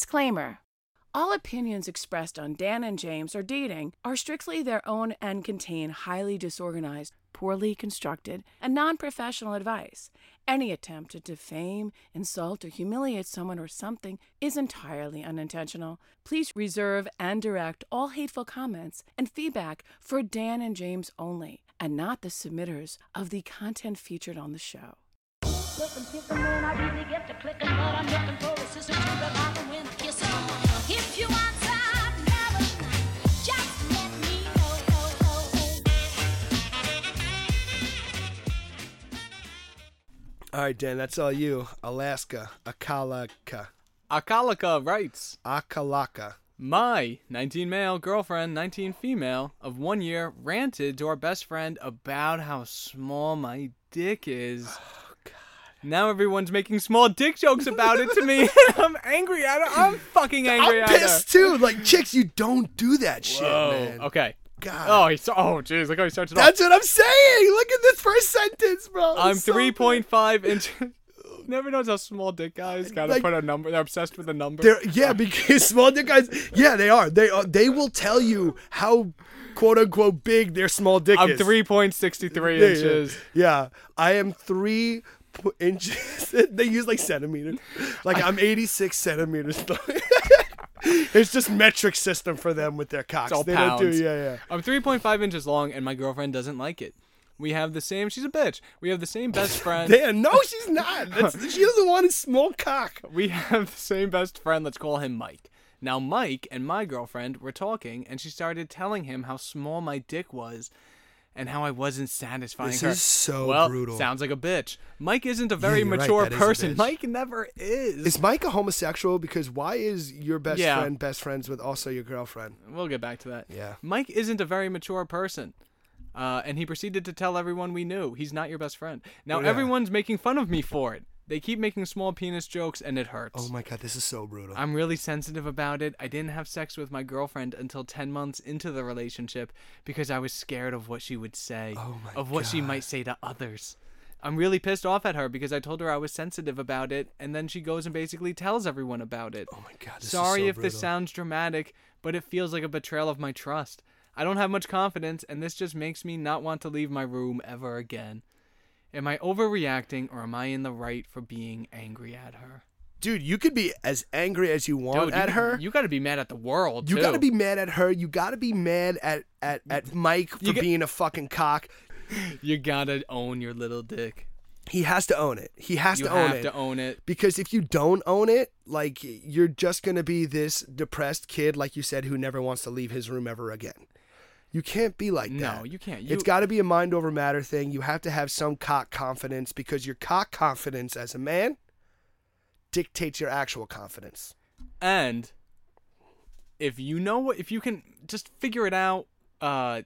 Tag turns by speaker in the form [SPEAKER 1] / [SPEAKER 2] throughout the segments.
[SPEAKER 1] Disclaimer All opinions expressed on Dan and James or dating are strictly their own and contain highly disorganized, poorly constructed, and non professional advice. Any attempt to defame, insult, or humiliate someone or something is entirely unintentional. Please reserve and direct all hateful comments and feedback for Dan and James only, and not the submitters of the content featured on the show.
[SPEAKER 2] Clickin', pickin', man, I really get to clickin', but I'm looking for a sister to I can win a kiss on. If you want some lovin', just let me know.
[SPEAKER 3] All right, Dan, that's all you. Alaska, Akalaka,
[SPEAKER 4] Akalaka writes,
[SPEAKER 3] Akalaka.
[SPEAKER 4] My 19 male girlfriend, 19 female, of one year ranted to our best friend about how small my dick is. Oh, God. Now everyone's making small dick jokes about it to me. I'm angry at her. I'm fucking angry
[SPEAKER 3] I'm
[SPEAKER 4] at her.
[SPEAKER 3] pissed too. Like chicks, you don't do that shit,
[SPEAKER 4] Oh,
[SPEAKER 3] man.
[SPEAKER 4] okay.
[SPEAKER 3] God.
[SPEAKER 4] Oh, he's so, oh, jeez, look how he starts it off.
[SPEAKER 3] That's what I'm saying. Look at this first sentence, bro.
[SPEAKER 4] I'm
[SPEAKER 3] It's so
[SPEAKER 4] 3.5 inches. Never knows how small dick guys gotta
[SPEAKER 3] Like-
[SPEAKER 4] put a number. They're obsessed with a number.
[SPEAKER 3] They're, yeah, because small dick guys. Yeah, they are. They are. They will tell you how quote unquote big their small dick
[SPEAKER 4] I'm
[SPEAKER 3] is.
[SPEAKER 4] 3.63
[SPEAKER 3] Yeah, yeah.
[SPEAKER 4] inches.
[SPEAKER 3] Yeah, I am three po- inches. they use like centimeters. Like I'm 86 centimeters. it's just metric system for them with their cocks.
[SPEAKER 4] It's all
[SPEAKER 3] they don't
[SPEAKER 4] pounds.
[SPEAKER 3] do. Yeah, yeah.
[SPEAKER 4] I'm 3.5 inches long, and my girlfriend doesn't like it. We have the same. She's a bitch. We have the same best friend.
[SPEAKER 3] Dan, no, she's not. That's, she doesn't want a small cock.
[SPEAKER 4] we have the same best friend. Let's call him Mike. Now, Mike and my girlfriend were talking, and she started telling him how small my dick was and how I wasn't satisfying
[SPEAKER 3] This
[SPEAKER 4] her.
[SPEAKER 3] is so
[SPEAKER 4] well,
[SPEAKER 3] brutal.
[SPEAKER 4] Sounds like a bitch. Mike isn't a very
[SPEAKER 3] you're right,
[SPEAKER 4] mature
[SPEAKER 3] that is a
[SPEAKER 4] person.
[SPEAKER 3] bitch.
[SPEAKER 4] Mike never is.
[SPEAKER 3] Is Mike a homosexual? Because why is your best
[SPEAKER 4] Yeah.
[SPEAKER 3] friend best friends with also your girlfriend?
[SPEAKER 4] We'll get back to that.
[SPEAKER 3] Yeah.
[SPEAKER 4] Mike isn't a very mature person. Uh, and he proceeded to tell everyone we knew he's not your best friend. Now
[SPEAKER 3] Yeah.
[SPEAKER 4] everyone's making fun of me for it. They keep making small penis jokes and it hurts.
[SPEAKER 3] Oh my god, this is so brutal.
[SPEAKER 4] I'm really sensitive about it. I didn't have sex with my girlfriend until 10 months into the relationship because I was scared of what she would say,
[SPEAKER 3] Oh my
[SPEAKER 4] of what she might say to others. I'm really pissed off at her because I told her I was sensitive about it, and then she goes and basically tells everyone about it.
[SPEAKER 3] oh my god, this is
[SPEAKER 4] Sorry
[SPEAKER 3] so
[SPEAKER 4] if this
[SPEAKER 3] brutal.
[SPEAKER 4] sounds dramatic, but it feels like a betrayal of my trust. I don't have much confidence, and this just makes me not want to leave my room ever again. Am I overreacting, or am I in the right for being angry at her?
[SPEAKER 3] Dude, you could be as angry as you want
[SPEAKER 4] Dude,
[SPEAKER 3] at
[SPEAKER 4] you,
[SPEAKER 3] her.
[SPEAKER 4] You gotta be mad at the world.
[SPEAKER 3] You
[SPEAKER 4] too.
[SPEAKER 3] gotta be mad at her. You gotta be mad at at, at Mike for
[SPEAKER 4] You get-
[SPEAKER 3] being a fucking cock.
[SPEAKER 4] You gotta own your little dick.
[SPEAKER 3] He has to own it. He has
[SPEAKER 4] You
[SPEAKER 3] to own
[SPEAKER 4] have
[SPEAKER 3] it.
[SPEAKER 4] to own it.
[SPEAKER 3] because if you don't own it, like you're just gonna be this depressed kid, like you said, who never wants to leave his room ever again. You can't be like
[SPEAKER 4] No,
[SPEAKER 3] that.
[SPEAKER 4] you can't. You-
[SPEAKER 3] It's got to be a mind over matter thing. You have to have some cock confidence because your cock confidence as a man dictates your actual confidence.
[SPEAKER 4] And if you know what, if you can just figure it out. Uh,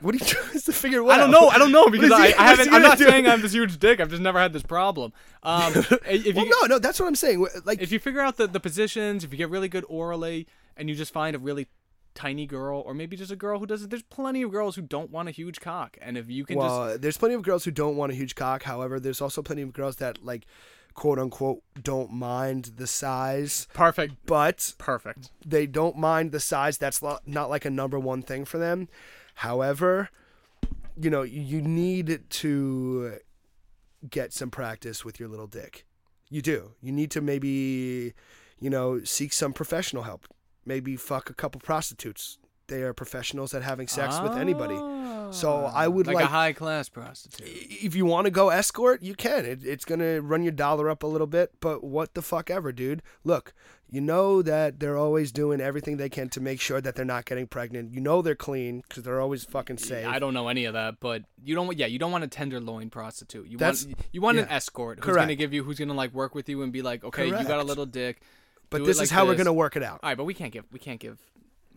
[SPEAKER 3] What are you trying to figure? What
[SPEAKER 4] I don't
[SPEAKER 3] out?
[SPEAKER 4] know. I don't know
[SPEAKER 3] What is
[SPEAKER 4] because
[SPEAKER 3] he-
[SPEAKER 4] I,
[SPEAKER 3] what's
[SPEAKER 4] I
[SPEAKER 3] he
[SPEAKER 4] haven't. I'm
[SPEAKER 3] gonna
[SPEAKER 4] not
[SPEAKER 3] do?
[SPEAKER 4] saying I have this huge dick. I've just never had this problem. Um, if you
[SPEAKER 3] Well,
[SPEAKER 4] get-
[SPEAKER 3] no, no, that's what I'm saying. Like,
[SPEAKER 4] if you figure out the, the positions, if you get really good orally, and you just find a really tiny girl, or maybe just a girl who doesn't, there's plenty of girls who don't want a huge cock. And if you can
[SPEAKER 3] well, there's plenty of girls who don't want a huge cock. However, there's also plenty of girls that like, quote unquote, don't mind the size,
[SPEAKER 4] just. Perfect.
[SPEAKER 3] but
[SPEAKER 4] Perfect.
[SPEAKER 3] they don't mind the size. That's lo- not like a number one thing for them. However, you know, you need to get some practice with your little dick. You do. You need to maybe, you know, seek some professional help. Maybe fuck a couple prostitutes. They are professionals at having sex with anybody. So I would
[SPEAKER 4] Like,
[SPEAKER 3] like
[SPEAKER 4] a high class prostitute.
[SPEAKER 3] if you want to go escort, you can. It, it's gonna run your dollar up a little bit, but what the fuck ever, dude. Look, you know that they're always doing everything they can to make sure that they're not getting pregnant. You know they're clean because they're always fucking safe.
[SPEAKER 4] I don't know any of that, but you don't. want- Yeah, you don't want a tenderloin prostitute. You
[SPEAKER 3] That's-
[SPEAKER 4] want you want an
[SPEAKER 3] yeah.
[SPEAKER 4] escort who's gonna
[SPEAKER 3] Correct.
[SPEAKER 4] give you, who's gonna like work with you and be like, okay, you got a
[SPEAKER 3] Correct.
[SPEAKER 4] little dick.
[SPEAKER 3] but
[SPEAKER 4] do it
[SPEAKER 3] this
[SPEAKER 4] like
[SPEAKER 3] is how we're
[SPEAKER 4] this.
[SPEAKER 3] gonna work it out.
[SPEAKER 4] All right, but we can't give. We can't give.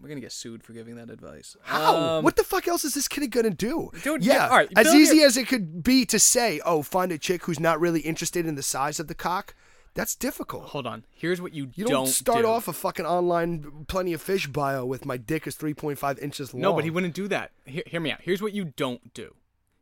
[SPEAKER 4] We're gonna get sued for giving that advice.
[SPEAKER 3] How?
[SPEAKER 4] Um,
[SPEAKER 3] what the fuck else is this kid gonna do?
[SPEAKER 4] Dude,
[SPEAKER 3] yeah,
[SPEAKER 4] yeah, all right,
[SPEAKER 3] as
[SPEAKER 4] build
[SPEAKER 3] easy
[SPEAKER 4] your-
[SPEAKER 3] as it could be to say, "Oh, find a chick who's not really interested in the size of the cock." That's difficult.
[SPEAKER 4] Hold on. Here's what you,
[SPEAKER 3] You don't, start
[SPEAKER 4] do.
[SPEAKER 3] off a fucking online plenty of fish bio with my dick is three point five inches long.
[SPEAKER 4] No, but he wouldn't do that. Hear, hear me out. Here's what you don't do.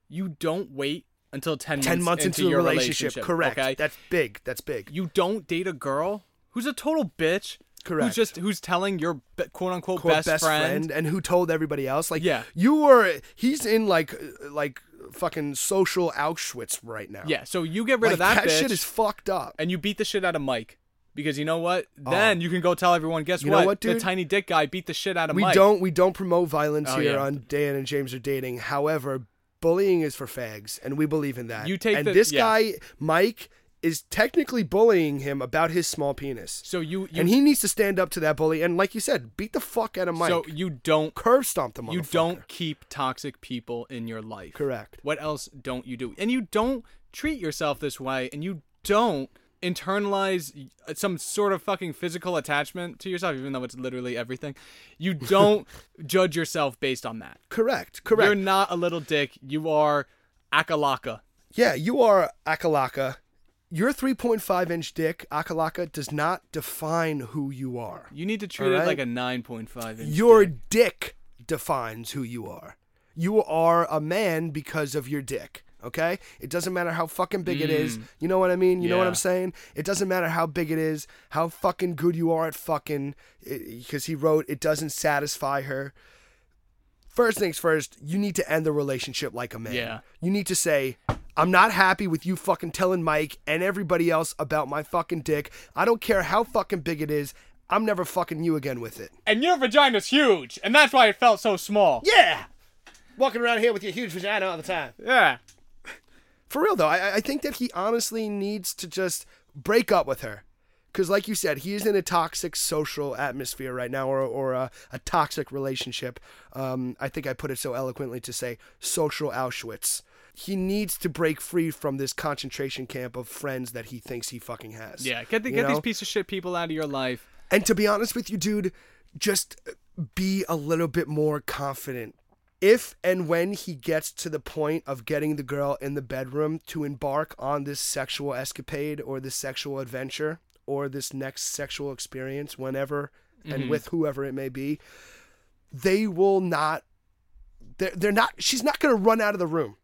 [SPEAKER 4] You don't wait until 10,
[SPEAKER 3] 10 months into, a
[SPEAKER 4] your
[SPEAKER 3] relationship. Correct.
[SPEAKER 4] Okay?
[SPEAKER 3] That's big. That's big.
[SPEAKER 4] you don't date a girl who's a total bitch.
[SPEAKER 3] Correct.
[SPEAKER 4] Who's just who's telling your be- quote unquote
[SPEAKER 3] quote,
[SPEAKER 4] best, friend.
[SPEAKER 3] and who told everybody else like
[SPEAKER 4] Yeah.
[SPEAKER 3] you were he's in like like fucking social auschwitz right now
[SPEAKER 4] Yeah. So you get rid of
[SPEAKER 3] Like,
[SPEAKER 4] that,
[SPEAKER 3] that
[SPEAKER 4] bitch
[SPEAKER 3] shit is fucked up
[SPEAKER 4] and you beat the shit out of Mike because you know what? Then you can go tell everyone. Guess
[SPEAKER 3] Oh. You know
[SPEAKER 4] what?
[SPEAKER 3] what,
[SPEAKER 4] The
[SPEAKER 3] dude?
[SPEAKER 4] tiny dick guy beat the shit out of
[SPEAKER 3] we
[SPEAKER 4] Mike.
[SPEAKER 3] don't we don't promote violence
[SPEAKER 4] Oh,
[SPEAKER 3] here
[SPEAKER 4] yeah.
[SPEAKER 3] on Dan and James are dating. However, bullying is for fags, and we believe in that.
[SPEAKER 4] You take
[SPEAKER 3] and
[SPEAKER 4] the-
[SPEAKER 3] this
[SPEAKER 4] yeah.
[SPEAKER 3] guy Mike is technically bullying him about his small penis,
[SPEAKER 4] So you, you
[SPEAKER 3] and he needs to stand up to that bully. And like you said, beat the fuck out of Mike.
[SPEAKER 4] so you don't
[SPEAKER 3] curb stomp the motherfucker.
[SPEAKER 4] you don't keep toxic people in your life.
[SPEAKER 3] Correct.
[SPEAKER 4] What else don't you do? And you don't treat yourself this way, and you don't internalize uh, some sort of fucking physical attachment to yourself, even though it's literally everything. You don't judge yourself based on that.
[SPEAKER 3] Correct. Correct.
[SPEAKER 4] You're not a little dick. You are akalaka.
[SPEAKER 3] yeah, you are Akalaka. Your 3.5 inch dick, Akalaka, does not define who you are.
[SPEAKER 4] You need to treat it
[SPEAKER 3] Alright.
[SPEAKER 4] like a 9.5 inch.
[SPEAKER 3] Your
[SPEAKER 4] dick.
[SPEAKER 3] dick defines who you are. You are a man because of your dick. Okay? It doesn't matter how fucking big it is. You know what I mean? You know what
[SPEAKER 4] Mm. Yeah.
[SPEAKER 3] I'm saying? It doesn't matter how big it is, how fucking good you are at fucking, because he wrote, it doesn't satisfy her. First things first, you need to end the relationship like a man.
[SPEAKER 4] Yeah.
[SPEAKER 3] You need to say, I'm not happy with you fucking telling Mike and everybody else about my fucking dick. I don't care how fucking big it is. I'm never fucking you again with it.
[SPEAKER 4] And your vagina's huge, and that's why it felt so small.
[SPEAKER 3] Yeah. Walking around here with your huge vagina all the time.
[SPEAKER 4] Yeah.
[SPEAKER 3] For real though, I, I think that he honestly needs to just break up with her. Because, like you said, he is in a toxic social atmosphere right now, or, or a, a toxic relationship. Um, I think I put it so eloquently to say social Auschwitz. He needs to break free from this concentration camp of friends that he thinks he fucking has.
[SPEAKER 4] Yeah. Get, the,
[SPEAKER 3] you
[SPEAKER 4] get these
[SPEAKER 3] know?
[SPEAKER 4] piece of shit people out of your life.
[SPEAKER 3] And to be honest with you, dude, just be a little bit more confident. If and when he gets to the point of getting the girl in the bedroom to embark on this sexual escapade or this sexual adventure or this next sexual experience, whenever and with whoever it may be, they will not. They're, they're not. She's not going to run out of the room.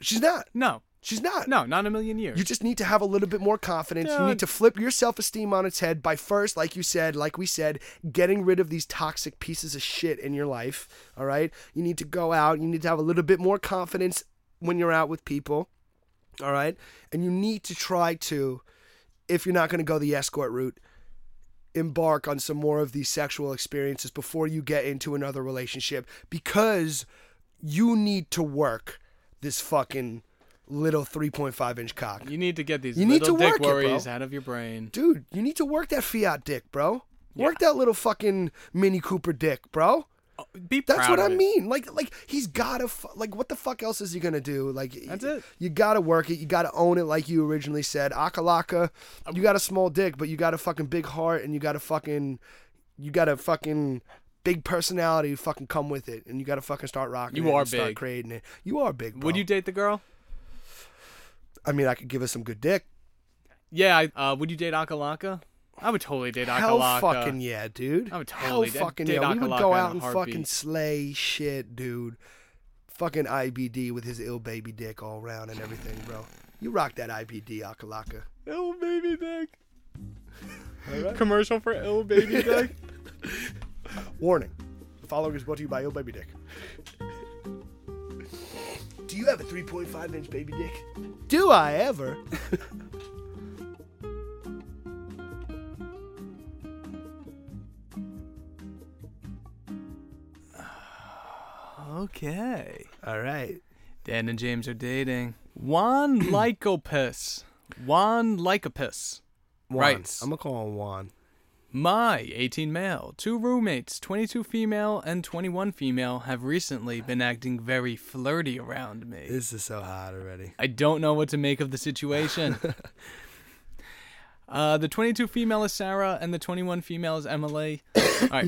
[SPEAKER 3] She's not.
[SPEAKER 4] No.
[SPEAKER 3] She's not.
[SPEAKER 4] No, not in a million years.
[SPEAKER 3] You just need to have a little bit more confidence. You
[SPEAKER 4] Dude.
[SPEAKER 3] need to flip your self esteem on its head by first, like you said, like we said, getting rid of these toxic pieces of shit in your life. All right. You need to go out. You need to have a little bit more confidence when you're out with people. All right. And you need to try to, if you're not going to go the escort route, embark on some more of these sexual experiences before you get into another relationship because you need to work this fucking little 3.5 inch cock.
[SPEAKER 4] You need to get these
[SPEAKER 3] You need
[SPEAKER 4] little
[SPEAKER 3] to
[SPEAKER 4] dick
[SPEAKER 3] work it, bro.
[SPEAKER 4] worries out of your brain.
[SPEAKER 3] Dude, you need to work that Fiat dick, bro. Work that little fucking Mini Cooper dick, bro.
[SPEAKER 4] Be proud.
[SPEAKER 3] That's what
[SPEAKER 4] of
[SPEAKER 3] I
[SPEAKER 4] it.
[SPEAKER 3] mean. Like, like he's gotta fu- like. What the fuck else is he gonna do? Like,
[SPEAKER 4] That's
[SPEAKER 3] y-
[SPEAKER 4] it.
[SPEAKER 3] You gotta work it. You gotta own it, like you originally said. Akalaka, you got a small dick, but you got a fucking big heart, and you got a fucking, you got a fucking big personality. to Fucking come with it, and you gotta fucking start rocking.
[SPEAKER 4] You
[SPEAKER 3] it
[SPEAKER 4] are
[SPEAKER 3] and Start
[SPEAKER 4] big.
[SPEAKER 3] creating it. You are big. Bro.
[SPEAKER 4] Would you date the girl?
[SPEAKER 3] I mean, I could give us some good dick.
[SPEAKER 4] Yeah. I, uh, would you date Akalaka? I would totally date
[SPEAKER 3] Hell
[SPEAKER 4] Akalaka.
[SPEAKER 3] fucking yeah, dude.
[SPEAKER 4] I would
[SPEAKER 3] Hell
[SPEAKER 4] totally d-
[SPEAKER 3] fucking
[SPEAKER 4] did
[SPEAKER 3] yeah. We would
[SPEAKER 4] Akalaka
[SPEAKER 3] go
[SPEAKER 4] in a
[SPEAKER 3] out and fucking
[SPEAKER 4] heartbeat.
[SPEAKER 3] slay shit, dude. Fucking IBD with his ill baby dick all round and everything, bro. You rock that IBD, Akalaka.
[SPEAKER 4] Ill baby dick. Commercial for ill baby dick.
[SPEAKER 3] Warning. The following is brought to you by Ill Baby Dick. Do you have a 3.5 inch baby dick? Do I ever?
[SPEAKER 4] okay.
[SPEAKER 3] All right.
[SPEAKER 4] Dan and James are dating. Juan Lycopis. Juan Lycopis.
[SPEAKER 3] Juan.
[SPEAKER 4] Right.
[SPEAKER 3] I'm going to call him Juan.
[SPEAKER 4] My 18 male, two roommates, 22 female, and 21 female have recently been acting very flirty around me.
[SPEAKER 3] This is so hot already.
[SPEAKER 4] I don't know what to make of the situation. uh, the 22 female is Sarah, and the 21 female is Emily. All right.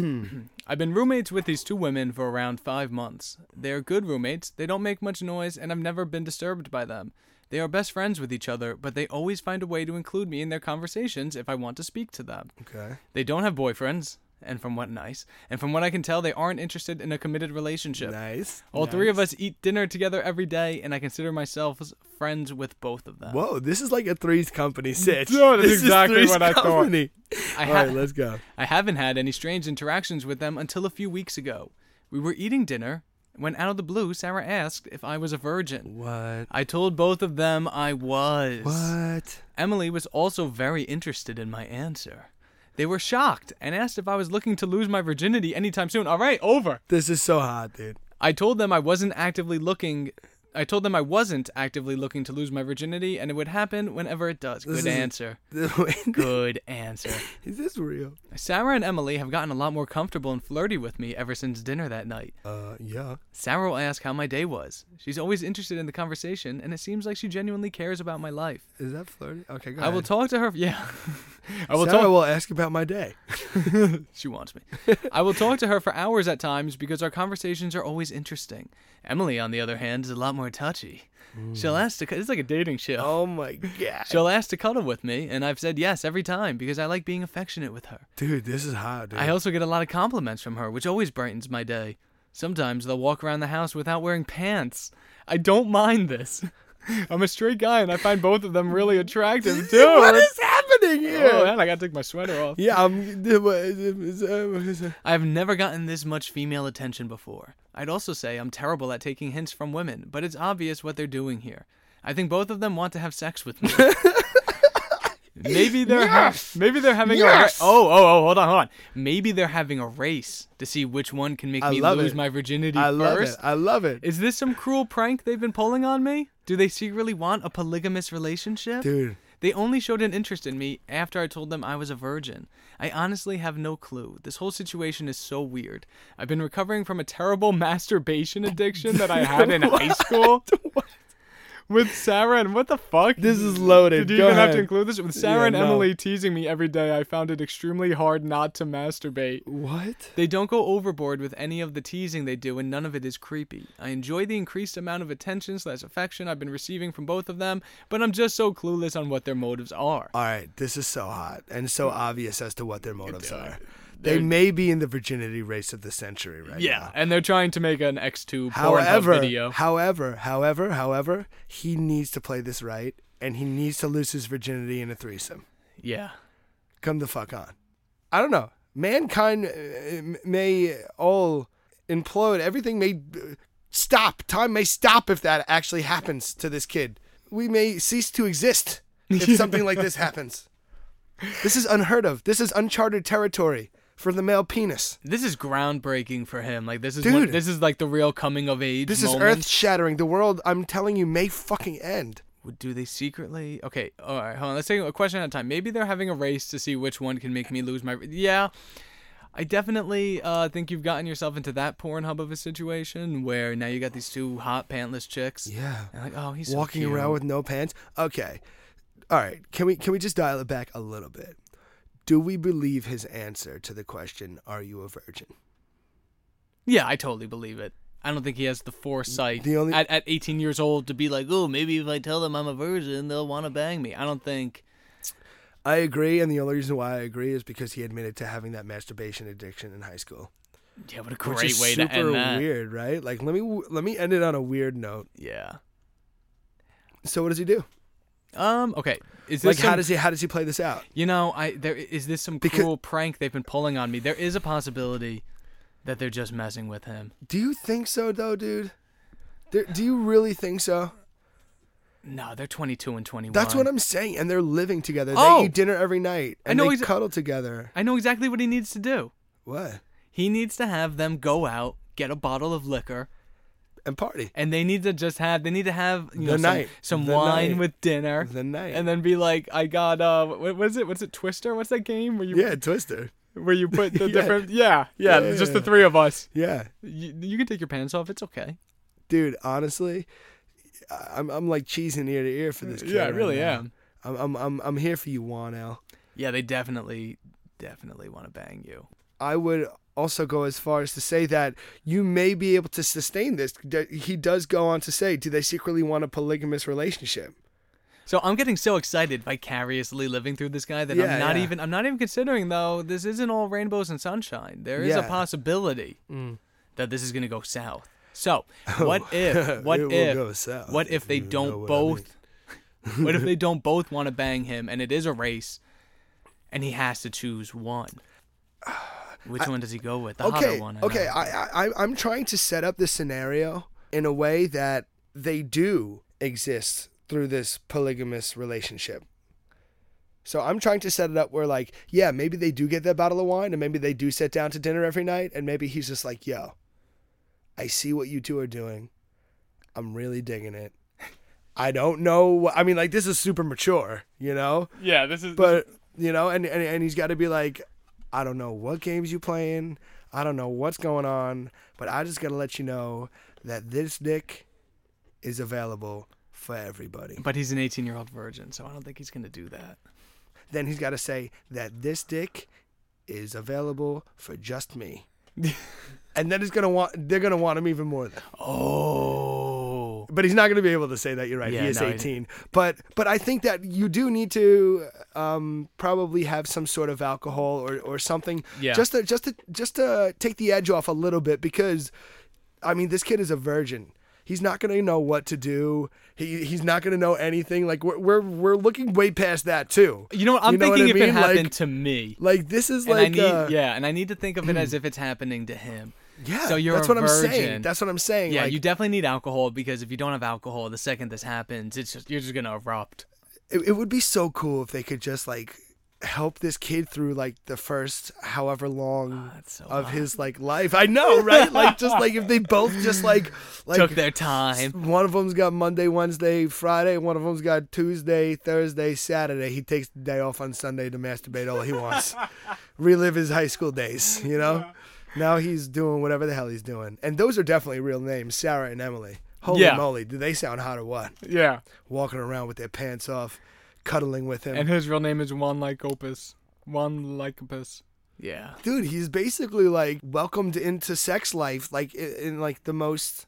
[SPEAKER 4] I've been roommates with these two women for around five months. They are good roommates, they don't make much noise, and I've never been disturbed by them. They are best friends with each other, but they always find a way to include me in their conversations if I want to speak to them.
[SPEAKER 3] Okay.
[SPEAKER 4] They don't have boyfriends, and from what nice, and from what I can tell, they aren't interested in a committed relationship.
[SPEAKER 3] Nice.
[SPEAKER 4] All three of us eat dinner together every day, and I consider myself as friends with both of them.
[SPEAKER 3] Whoa, this is like a Three's Company sitch.
[SPEAKER 4] Dude, that's
[SPEAKER 3] this is
[SPEAKER 4] exactly
[SPEAKER 3] Three's
[SPEAKER 4] what I thought.
[SPEAKER 3] company.
[SPEAKER 4] I,
[SPEAKER 3] All
[SPEAKER 4] ha-
[SPEAKER 3] right, let's go.
[SPEAKER 4] I haven't had any strange interactions with them until a few weeks ago. We were eating dinner when, out of the blue, Sarah asked if I was a virgin.
[SPEAKER 3] What?
[SPEAKER 4] I told both of them I was.
[SPEAKER 3] What?
[SPEAKER 4] Emily was also very interested in my answer. They were shocked and asked if I was looking to lose my virginity anytime soon. All right, over.
[SPEAKER 3] This is so hot, dude.
[SPEAKER 4] I told them I wasn't actively looking. I told them I wasn't actively looking to lose my virginity, and it would happen whenever it does. Good
[SPEAKER 3] is-
[SPEAKER 4] answer.
[SPEAKER 3] is
[SPEAKER 4] Good answer.
[SPEAKER 3] this real?
[SPEAKER 4] Sarah and Emily have gotten a lot more comfortable and flirty with me ever since dinner that night.
[SPEAKER 3] Uh, yeah.
[SPEAKER 4] Sarah will ask how my day was. She's always interested in the conversation, and it seems like she genuinely cares about my life.
[SPEAKER 3] Is that flirty? Okay, go
[SPEAKER 4] I will
[SPEAKER 3] ahead.
[SPEAKER 4] talk to her. Yeah, I will
[SPEAKER 3] Sarah
[SPEAKER 4] talk.
[SPEAKER 3] will ask about my day.
[SPEAKER 4] She wants me. I will talk to her for hours at times because our conversations are always interesting. Emily, on the other hand, is a lot more touchy. She'll ask to. cu- It's like a dating show.
[SPEAKER 3] Oh my god,
[SPEAKER 4] She'll ask to cuddle with me, and I've said yes every time because I like being affectionate with her.
[SPEAKER 3] dude, this is hot, dude.
[SPEAKER 4] I also get a lot of compliments from her, which always brightens my day. Sometimes they'll walk around the house without wearing pants. I don't mind this. I'm a straight guy, and I find both of them really attractive, too.
[SPEAKER 3] what is happening here?
[SPEAKER 4] Oh, man, I gotta take my sweater off.
[SPEAKER 3] yeah, I'm.
[SPEAKER 4] I've never gotten this much female attention before. I'd also say I'm terrible at taking hints from women, but it's obvious what they're doing here. I think both of them want to have sex with me. maybe they're ha- maybe they're having
[SPEAKER 3] Yes!
[SPEAKER 4] a ra- oh oh oh hold on hold on. Maybe they're having a race to see which one can make
[SPEAKER 3] I
[SPEAKER 4] me
[SPEAKER 3] love
[SPEAKER 4] lose
[SPEAKER 3] it.
[SPEAKER 4] my virginity
[SPEAKER 3] I love
[SPEAKER 4] first.
[SPEAKER 3] it. I love it,
[SPEAKER 4] Is this some cruel prank they've been pulling on me? Do they secretly want a polygamous relationship?
[SPEAKER 3] dude.
[SPEAKER 4] They only showed an interest in me after I told them I was a virgin. I honestly have no clue. This whole situation is so weird. I've been recovering from a terrible masturbation addiction that I had in high school. With Sarah and what the fuck?
[SPEAKER 3] This is loaded.
[SPEAKER 4] Did you
[SPEAKER 3] Go
[SPEAKER 4] even have
[SPEAKER 3] ahead.
[SPEAKER 4] to include this? With Sarah
[SPEAKER 3] Yeah,
[SPEAKER 4] and
[SPEAKER 3] no.
[SPEAKER 4] Emily teasing me every day, I found it extremely hard not to masturbate.
[SPEAKER 3] What?
[SPEAKER 4] They don't go overboard with any of the teasing they do, and none of it is creepy. I enjoy the increased amount of attention slash affection I've been receiving from both of them, but I'm just so clueless on what their motives are.
[SPEAKER 3] All right, this is so hot and so obvious as to what their motives are. They may be in the virginity race of the century right
[SPEAKER 4] Yeah,
[SPEAKER 3] now.
[SPEAKER 4] and they're trying to make an X2 However,
[SPEAKER 3] However,
[SPEAKER 4] video.
[SPEAKER 3] however, however, however, he needs to play this right and he needs to lose his virginity in a threesome.
[SPEAKER 4] Yeah.
[SPEAKER 3] Come the fuck on. I don't know. Mankind uh, m- may all implode. Everything may uh, stop. Time may stop if that actually happens to this kid. We may cease to exist if something like this happens. This is unheard of. This is uncharted territory for the male penis.
[SPEAKER 4] This is groundbreaking for him. Like this is
[SPEAKER 3] Dude.
[SPEAKER 4] one, this is like the real coming of age.
[SPEAKER 3] This is
[SPEAKER 4] moment.
[SPEAKER 3] earth shattering. The world, I'm telling you, may fucking end.
[SPEAKER 4] Do they secretly? Okay, all right, hold on. Let's take a question at a time. Maybe they're having a race to see which one can make me lose my. Yeah, I definitely uh, think you've gotten yourself into that Pornhub of a situation where now you got these two hot pantless chicks.
[SPEAKER 3] Yeah.
[SPEAKER 4] and like, oh, he's so
[SPEAKER 3] walking
[SPEAKER 4] cute.
[SPEAKER 3] around with no pants. Okay. All right. Can we can we just dial it back a little bit? Do we believe his answer to the question, "Are you a virgin?"
[SPEAKER 4] Yeah, I totally believe it. I don't think he has the foresight
[SPEAKER 3] The only-
[SPEAKER 4] at, at 18 years old to be like, oh, maybe if I tell them I'm a virgin, they'll want to bang me. I don't think.
[SPEAKER 3] I agree, and the only reason why I agree is because he admitted to having that masturbation addiction in high school,
[SPEAKER 4] Yeah, what a
[SPEAKER 3] which
[SPEAKER 4] great
[SPEAKER 3] is
[SPEAKER 4] way
[SPEAKER 3] super
[SPEAKER 4] to end that.
[SPEAKER 3] weird, right? Like, let me let me end it on a weird note.
[SPEAKER 4] Yeah.
[SPEAKER 3] So, what does he do?
[SPEAKER 4] Um. Okay. Is
[SPEAKER 3] Like,
[SPEAKER 4] this
[SPEAKER 3] how
[SPEAKER 4] some-
[SPEAKER 3] does he how does he play this out?
[SPEAKER 4] You know, I there is this some
[SPEAKER 3] Because-
[SPEAKER 4] cruel prank they've been pulling on me. There is a possibility that they're just messing with him.
[SPEAKER 3] Do you think so, though, dude? There, do you really think so?
[SPEAKER 4] No, they're 22 and 21.
[SPEAKER 3] That's what I'm saying. And they're living together.
[SPEAKER 4] Oh!
[SPEAKER 3] They eat dinner every night,
[SPEAKER 4] I
[SPEAKER 3] and
[SPEAKER 4] know
[SPEAKER 3] they
[SPEAKER 4] he's-
[SPEAKER 3] cuddle together.
[SPEAKER 4] I know exactly what he needs to do.
[SPEAKER 3] What?
[SPEAKER 4] He needs to have them go out, get a bottle of liquor,
[SPEAKER 3] And party.
[SPEAKER 4] and they need to just have they need to have you know
[SPEAKER 3] The
[SPEAKER 4] some,
[SPEAKER 3] night.
[SPEAKER 4] some
[SPEAKER 3] The
[SPEAKER 4] wine
[SPEAKER 3] night.
[SPEAKER 4] with dinner,
[SPEAKER 3] The night.
[SPEAKER 4] and then be like, I got uh, what was it? What's it? Twister? What's that game where you
[SPEAKER 3] Yeah, Twister.
[SPEAKER 4] where you put the
[SPEAKER 3] Yeah.
[SPEAKER 4] different? Yeah, yeah,
[SPEAKER 3] Yeah.
[SPEAKER 4] just the three of us.
[SPEAKER 3] Yeah.
[SPEAKER 4] You, you can take your pants off. It's okay.
[SPEAKER 3] Dude, honestly, I- I'm I'm like cheesing ear to ear for this kid.
[SPEAKER 4] Yeah, I
[SPEAKER 3] right
[SPEAKER 4] really
[SPEAKER 3] now.
[SPEAKER 4] am.
[SPEAKER 3] I'm I'm I'm I'm here for you, Juan L.
[SPEAKER 4] Yeah, they definitely definitely want to bang you.
[SPEAKER 3] I would also go as far as to say that you may be able to sustain this. D- He does go on to say, do they secretly want a polygamous relationship?
[SPEAKER 4] So I'm getting so excited vicariously living through this guy that
[SPEAKER 3] Yeah,
[SPEAKER 4] I'm not
[SPEAKER 3] yeah.
[SPEAKER 4] even I'm not even considering though this isn't all rainbows and sunshine. There is
[SPEAKER 3] Yeah.
[SPEAKER 4] a possibility that this is going to go south. So, what if what
[SPEAKER 3] It will
[SPEAKER 4] if
[SPEAKER 3] go south
[SPEAKER 4] what
[SPEAKER 3] if
[SPEAKER 4] if they
[SPEAKER 3] you know
[SPEAKER 4] don't
[SPEAKER 3] what I mean.
[SPEAKER 4] both what if they don't both want to bang him and it is a race and he has to choose one. Which one does he go with? The
[SPEAKER 3] okay,
[SPEAKER 4] hotter one. I know.
[SPEAKER 3] okay. I, I, I'm trying to set up this scenario in a way that they do exist through this polygamous relationship. So I'm trying to set it up where, like, yeah, maybe they do get that bottle of wine, and maybe they do sit down to dinner every night, and maybe he's just like, "Yo, I see what you two are doing. I'm really digging it. I don't know. what- I mean, like, this is super mature, you know."
[SPEAKER 4] Yeah, this is.
[SPEAKER 3] but you know, and and, and he's got to be like, I don't know what games you playing, I don't know what's going on, but I just gotta let you know that this dick is available for everybody.
[SPEAKER 4] but he's an 18 year old virgin, so I don't think he's gonna do that.
[SPEAKER 3] Then he's gotta say that this dick is available for just me. And then it's gonna want they're gonna want him even more. Then.
[SPEAKER 4] Oh.
[SPEAKER 3] But he's not gonna be able to say that. You're right.
[SPEAKER 4] Yeah,
[SPEAKER 3] he is
[SPEAKER 4] no, he-
[SPEAKER 3] 18. But but I think that you do need to um, probably have some sort of alcohol or, or something.
[SPEAKER 4] Yeah.
[SPEAKER 3] Just to just to just to take the edge off a little bit because, I mean, this kid is a virgin. He's not gonna know what to do. He he's not gonna know anything. Like we're we're, we're looking way past that too.
[SPEAKER 4] You know what? I'm
[SPEAKER 3] what
[SPEAKER 4] thinking
[SPEAKER 3] I
[SPEAKER 4] if it
[SPEAKER 3] mean?
[SPEAKER 4] happened
[SPEAKER 3] Like,
[SPEAKER 4] to me.
[SPEAKER 3] like this is
[SPEAKER 4] and
[SPEAKER 3] like
[SPEAKER 4] I need,
[SPEAKER 3] uh, hmm.
[SPEAKER 4] yeah, and I need to think of it as if it's happening to him.
[SPEAKER 3] yeah,
[SPEAKER 4] So you're
[SPEAKER 3] that's
[SPEAKER 4] a
[SPEAKER 3] what I'm saying.
[SPEAKER 4] virgin.
[SPEAKER 3] That's what I'm saying.
[SPEAKER 4] Yeah,
[SPEAKER 3] like,
[SPEAKER 4] you definitely need alcohol because if you don't have alcohol, the second this happens, it's just you're just gonna erupt.
[SPEAKER 3] it, it would be so cool if they could just like help this kid through like the first however long
[SPEAKER 4] Ah, that's so
[SPEAKER 3] of his like life. I know, right? like just like if they both just like like
[SPEAKER 4] Took their time.
[SPEAKER 3] one of them's got Monday, Wednesday, Friday. One of them's got Tuesday, Thursday, Saturday. He takes the day off on Sunday to masturbate all he wants, relive his high school days. You know, now he's doing whatever the hell he's doing. And those are definitely real names, Sarah and Emily. Holy
[SPEAKER 4] Yeah.
[SPEAKER 3] moly, do they sound hot or what?
[SPEAKER 4] Yeah,
[SPEAKER 3] Walking around with their pants off, cuddling with him.
[SPEAKER 4] his real name is Juan Lycopus. Juan Lycopus. Yeah.
[SPEAKER 3] dude he's basically like welcomed into sex life like in, in like the most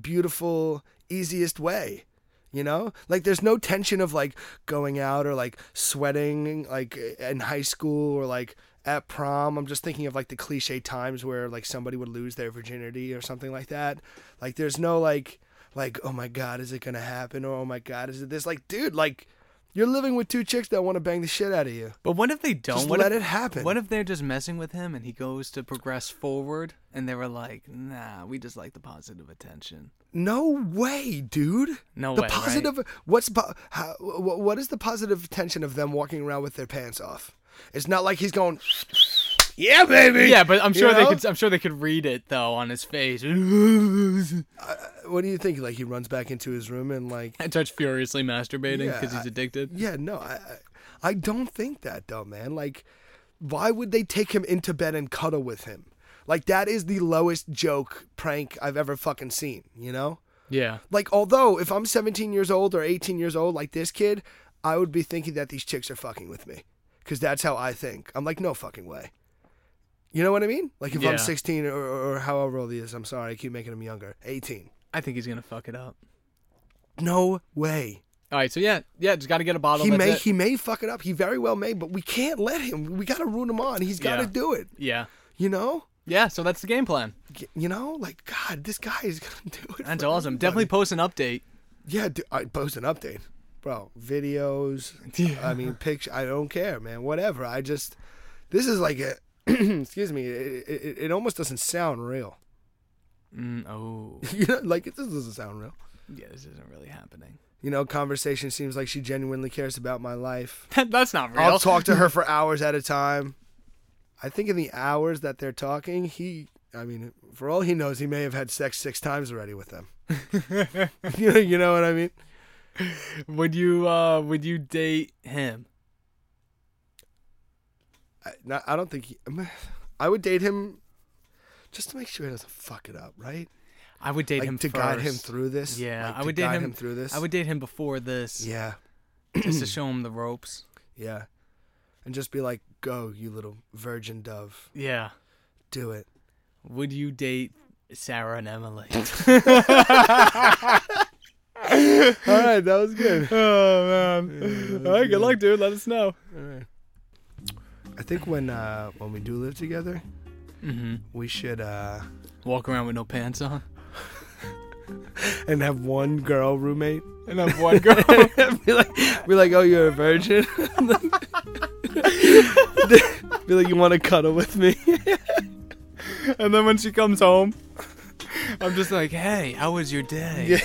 [SPEAKER 3] beautiful easiest way you know like there's no tension of like going out or like sweating like in high school or like at prom i'm just thinking of like the cliche times where like somebody would lose their virginity or something like that like there's no like like oh my god is it gonna happen or oh my god is it this like dude like you're living with two chicks that want to bang the shit out of you
[SPEAKER 4] But what if they don't?
[SPEAKER 3] Just
[SPEAKER 4] what
[SPEAKER 3] let
[SPEAKER 4] if,
[SPEAKER 3] it happen.
[SPEAKER 4] What if they're just messing with him and he goes to progress forward and they were like, nah, we just like the positive attention.
[SPEAKER 3] No way, dude.
[SPEAKER 4] No
[SPEAKER 3] the
[SPEAKER 4] way, right?
[SPEAKER 3] positive. What's po- how, wh- what is the positive tension of them walking around with their pants off? It's not like he's going. Yeah, baby.
[SPEAKER 4] Yeah, but I'm
[SPEAKER 3] You
[SPEAKER 4] sure they
[SPEAKER 3] know?
[SPEAKER 4] could. I'm sure they could read it though on his face. and
[SPEAKER 3] What do you think? Like he runs back into his room and like.
[SPEAKER 4] starts furiously masturbating because
[SPEAKER 3] Yeah,
[SPEAKER 4] he's addicted.
[SPEAKER 3] Yeah, no, I, I- I don't think that though, man. Like, why would they take him into bed and cuddle with him? Like that is the lowest joke prank I've ever fucking seen. You know.
[SPEAKER 4] yeah.
[SPEAKER 3] Like, although if I'm 17 years old or 18 years old, like this kid, I would be thinking that these chicks are fucking with me. Cause that's how I think. I'm like, no fucking way. You know what I mean? Like if
[SPEAKER 4] Yeah.
[SPEAKER 3] I'm 16 or, or or however old he is, I'm sorry, I keep making him younger. 18.
[SPEAKER 4] I think he's gonna fuck it up.
[SPEAKER 3] No way.
[SPEAKER 4] All right, so yeah, yeah, just got to get a bottle.
[SPEAKER 3] He
[SPEAKER 4] that's
[SPEAKER 3] may
[SPEAKER 4] it.
[SPEAKER 3] he may fuck it up. He very well may, but we can't let him. We gotta root him on. He's gotta
[SPEAKER 4] Yeah.
[SPEAKER 3] do it.
[SPEAKER 4] yeah,
[SPEAKER 3] You know?
[SPEAKER 4] yeah. So that's the game plan.
[SPEAKER 3] G- You know? Like God, this guy is gonna do it.
[SPEAKER 4] That's
[SPEAKER 3] for
[SPEAKER 4] awesome.
[SPEAKER 3] everybody.
[SPEAKER 4] Definitely post an update.
[SPEAKER 3] Yeah, dude, I post an update, bro. Videos. I mean, picture. I don't care, man. Whatever. I just. This is like a. excuse me. It, it, it almost doesn't sound real.
[SPEAKER 4] Mm, oh,
[SPEAKER 3] you know, like it just doesn't sound real.
[SPEAKER 4] yeah, this isn't really happening.
[SPEAKER 3] You know, conversation seems like she genuinely cares about my life.
[SPEAKER 4] that's not real.
[SPEAKER 3] I'll talk to her for hours at a time. I think in the hours that they're talking, he. I mean, for all he knows, he may have had sex six times already with them. you know, you know what I mean.
[SPEAKER 4] Would you? uh Would you date him?
[SPEAKER 3] I, not, I don't think he, I would date him just to make sure he doesn't fuck it up, right?
[SPEAKER 4] I would date
[SPEAKER 3] Like
[SPEAKER 4] him
[SPEAKER 3] to guide him
[SPEAKER 4] first.
[SPEAKER 3] through this.
[SPEAKER 4] Yeah,
[SPEAKER 3] like,
[SPEAKER 4] I
[SPEAKER 3] to
[SPEAKER 4] would date
[SPEAKER 3] guide
[SPEAKER 4] him,
[SPEAKER 3] him, through this.
[SPEAKER 4] I would date him before this,
[SPEAKER 3] Yeah,
[SPEAKER 4] just to show him the ropes.
[SPEAKER 3] yeah, and just be like, "Go, you little virgin dove,
[SPEAKER 4] Yeah.
[SPEAKER 3] do it."
[SPEAKER 4] Would you date Sarah and Emily?
[SPEAKER 3] All right, that was good.
[SPEAKER 4] oh man. All right. Good luck, dude. Let us know.
[SPEAKER 3] I think when uh, when we do live together,
[SPEAKER 4] hmm
[SPEAKER 3] we should uh,
[SPEAKER 4] Walk around with no pants on,
[SPEAKER 3] and have one girl roommate.
[SPEAKER 4] and have one girl.
[SPEAKER 3] be like, be like, "Oh, you're a virgin." Be like, you want to cuddle with me?
[SPEAKER 4] And then when she comes home, I'm just like, hey, how was your day?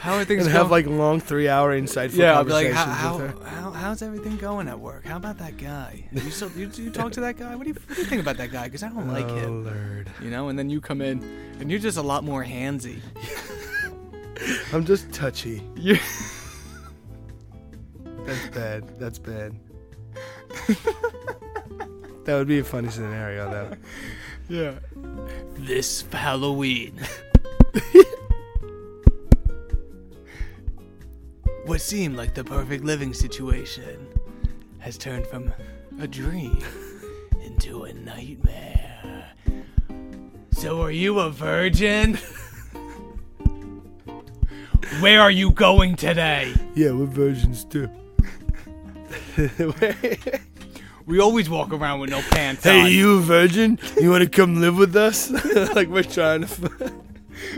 [SPEAKER 4] How are things
[SPEAKER 3] and
[SPEAKER 4] going?
[SPEAKER 3] have like long three hour insightful
[SPEAKER 4] yeah, I'll be like,
[SPEAKER 3] conversations
[SPEAKER 4] how, how,
[SPEAKER 3] with her.
[SPEAKER 4] how, how's everything going at work? How about that guy? You, so, you, you talk to that guy? What do you, what do you think about that guy? Because I don't like
[SPEAKER 3] oh,
[SPEAKER 4] him.
[SPEAKER 3] Lord.
[SPEAKER 4] You know, and then you come in and you're just a lot more handsy.
[SPEAKER 3] I'm just touchy.
[SPEAKER 4] You,
[SPEAKER 3] That's bad. That's bad. that would be a funny scenario, though.
[SPEAKER 4] yeah. This Halloween. what seemed like the perfect living situation has turned from a dream into a nightmare. So, are you a virgin? Where are you going today?
[SPEAKER 3] Yeah, what versions too?
[SPEAKER 4] We always walk around with no pants on.
[SPEAKER 3] hey, you a virgin? You want to come live with us? like we're trying to. F-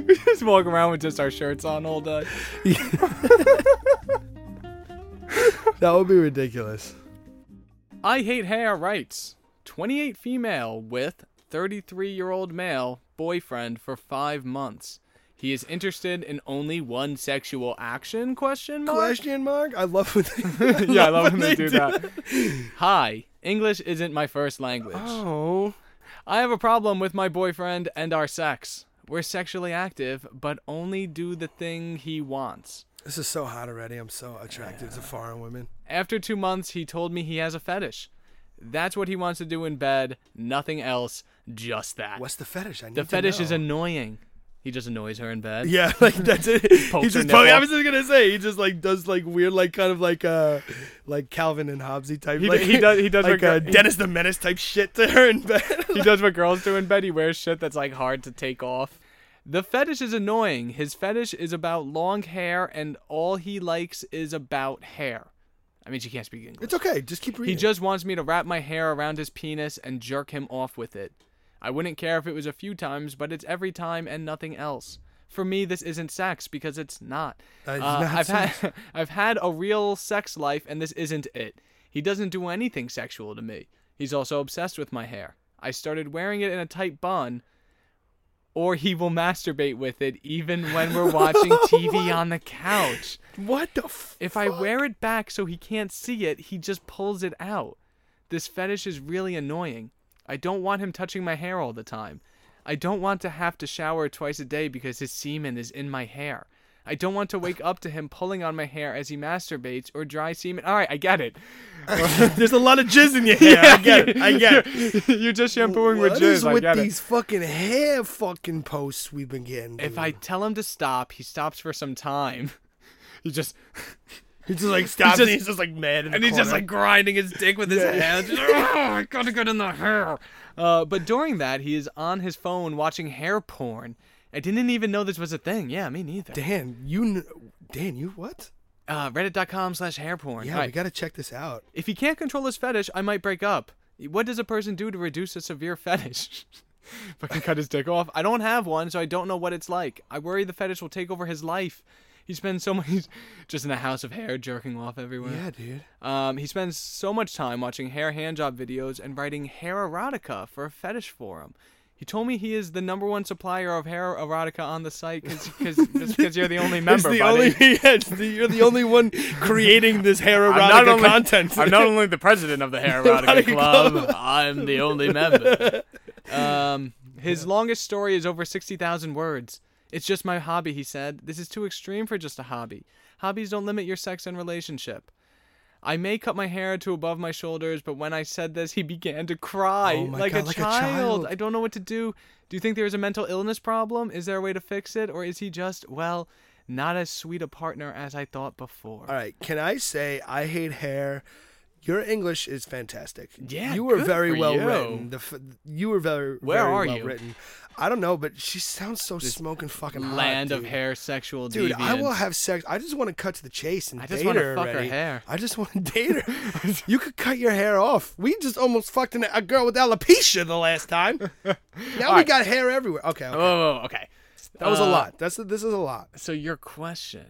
[SPEAKER 4] We just walk around with just our shirts on all day.
[SPEAKER 3] that would be ridiculous.
[SPEAKER 4] I Hate Hair writes 28 female with 33 year old male boyfriend for five months. He is interested in only one sexual action? Question mark.
[SPEAKER 3] Question mark? I love when they.
[SPEAKER 4] yeah, I love when they, do that. Hi, English isn't my first language.
[SPEAKER 3] Oh.
[SPEAKER 4] I have a problem with my boyfriend and our sex. We're sexually active, but only do the thing he wants.
[SPEAKER 3] This is so hot already. I'm so attracted to foreign women.
[SPEAKER 4] After two months, he told me he has a fetish. That's what he wants to do in bed, nothing else, just that.
[SPEAKER 3] What's the fetish? I need
[SPEAKER 4] the
[SPEAKER 3] to
[SPEAKER 4] fetish
[SPEAKER 3] know.
[SPEAKER 4] is annoying. He just annoys her in bed.
[SPEAKER 3] Yeah, like that's it. he
[SPEAKER 4] pokes her
[SPEAKER 3] just probably, I was
[SPEAKER 4] nipple.
[SPEAKER 3] just gonna say he just like does like weird like kind of like uh like Calvin and Hobbesy type.
[SPEAKER 4] He d-
[SPEAKER 3] like,
[SPEAKER 4] he does- he does
[SPEAKER 3] like
[SPEAKER 4] regret-
[SPEAKER 3] uh, Dennis the Menace type shit to her in bed.
[SPEAKER 4] He does what girls do in bed. He wears shit that's like hard to take off. The fetish is annoying. His fetish is about long hair, and all he likes is about hair. I mean, she can't speak English.
[SPEAKER 3] it's okay, just keep reading.
[SPEAKER 4] He just wants me to wrap my hair around his penis and jerk him off with it. I wouldn't care if it was a few times, but it's every time and nothing else. For me, this isn't sex because it's not.
[SPEAKER 3] Uh, it's
[SPEAKER 4] Uh,
[SPEAKER 3] not
[SPEAKER 4] I've
[SPEAKER 3] sex.
[SPEAKER 4] had I've had a real sex life, and this isn't it. He doesn't do anything sexual to me. He's also obsessed with my hair. I started wearing it in a tight bun, or he will masturbate with it even when we're watching TV on the couch.
[SPEAKER 3] what the f-
[SPEAKER 4] If I wear it back so he can't see it, he just pulls it out. This fetish is really annoying. I don't want him touching my hair all the time. I don't want to have to shower twice a day because his semen is in my hair. I don't want to wake up to him pulling on my hair as he masturbates or dry semen. All right, I get it.
[SPEAKER 3] there's a lot of jizz in your hair. I get it. I get it.
[SPEAKER 4] You're just shampooing
[SPEAKER 3] What
[SPEAKER 4] with
[SPEAKER 3] is
[SPEAKER 4] jizz. I
[SPEAKER 3] with
[SPEAKER 4] get it.
[SPEAKER 3] these fucking hair fucking posts we've been getting?
[SPEAKER 4] If
[SPEAKER 3] dude?
[SPEAKER 4] I tell him to stop, he stops for some time. He just
[SPEAKER 3] he's just like stops and
[SPEAKER 4] just-
[SPEAKER 3] he's just like mad in the
[SPEAKER 4] and he's just
[SPEAKER 3] corner.
[SPEAKER 4] like grinding his dick with his hands. Just, "Oh, I gotta get in the hair. Uh, but during that, he is on his phone watching hair porn. I didn't even know this was a thing. Yeah, me neither.
[SPEAKER 3] Dan, you, kn- Dan, you what?
[SPEAKER 4] Uh, Reddit.com slash hair porn.
[SPEAKER 3] Yeah,
[SPEAKER 4] Right.
[SPEAKER 3] we gotta check this out.
[SPEAKER 4] if he can't control his fetish, I might break up. What does a person do to reduce a severe fetish? Fucking cut his dick off. I don't have one, so I don't know what it's like. I worry the fetish will take over his life. He spends so much just in a house of hair jerking off everywhere.
[SPEAKER 3] Yeah, dude.
[SPEAKER 4] Um, he spends so much time watching hair handjob videos and writing hair erotica for a fetish forum. He told me he is the number one supplier of hair erotica on the site because you're the only member.
[SPEAKER 3] it's the only,
[SPEAKER 4] buddy.
[SPEAKER 3] yeah, it's the, you're the only one creating this hair erotica
[SPEAKER 4] I'm not only-
[SPEAKER 3] content.
[SPEAKER 4] I'm not only the president of the Hair Erotica
[SPEAKER 3] Erotica
[SPEAKER 4] Club, I'm the only member. Um, his longest story is over 60,000 words. It's just my hobby, he said. This is too extreme for just a hobby. Hobbies don't limit your sex and relationship. I may cut my hair to above my shoulders, but when I said this, he began to cry
[SPEAKER 3] Oh my
[SPEAKER 4] like, a,
[SPEAKER 3] God, like a
[SPEAKER 4] child.
[SPEAKER 3] child.
[SPEAKER 4] I don't know what to do. Do you think there is a mental illness problem? Is there a way to fix it? Or is he just, well, not as sweet a partner as I thought before?
[SPEAKER 3] All right, can I say I hate hair? Your English is fantastic.
[SPEAKER 4] Yeah,
[SPEAKER 3] you were
[SPEAKER 4] good
[SPEAKER 3] very
[SPEAKER 4] for
[SPEAKER 3] well
[SPEAKER 4] you.
[SPEAKER 3] written. The f- you were very
[SPEAKER 4] Where
[SPEAKER 3] very
[SPEAKER 4] are
[SPEAKER 3] well
[SPEAKER 4] you?
[SPEAKER 3] written. I don't know, but she sounds so smoking fucking hot,
[SPEAKER 4] land of
[SPEAKER 3] dude.
[SPEAKER 4] hair sexual
[SPEAKER 3] Dude, I will
[SPEAKER 4] deviants.
[SPEAKER 3] have sex. I just want to cut to the chase and
[SPEAKER 4] I just
[SPEAKER 3] date
[SPEAKER 4] wanna
[SPEAKER 3] her
[SPEAKER 4] fuck her
[SPEAKER 3] already.
[SPEAKER 4] hair.
[SPEAKER 3] I just want to date her. you could cut your hair off. We just almost fucked an, a girl with alopecia the last time. now we
[SPEAKER 4] right.
[SPEAKER 3] got hair everywhere. Okay, okay.
[SPEAKER 4] Oh, okay.
[SPEAKER 3] that was a
[SPEAKER 4] Uh,
[SPEAKER 3] lot. That's this is a lot.
[SPEAKER 4] So your question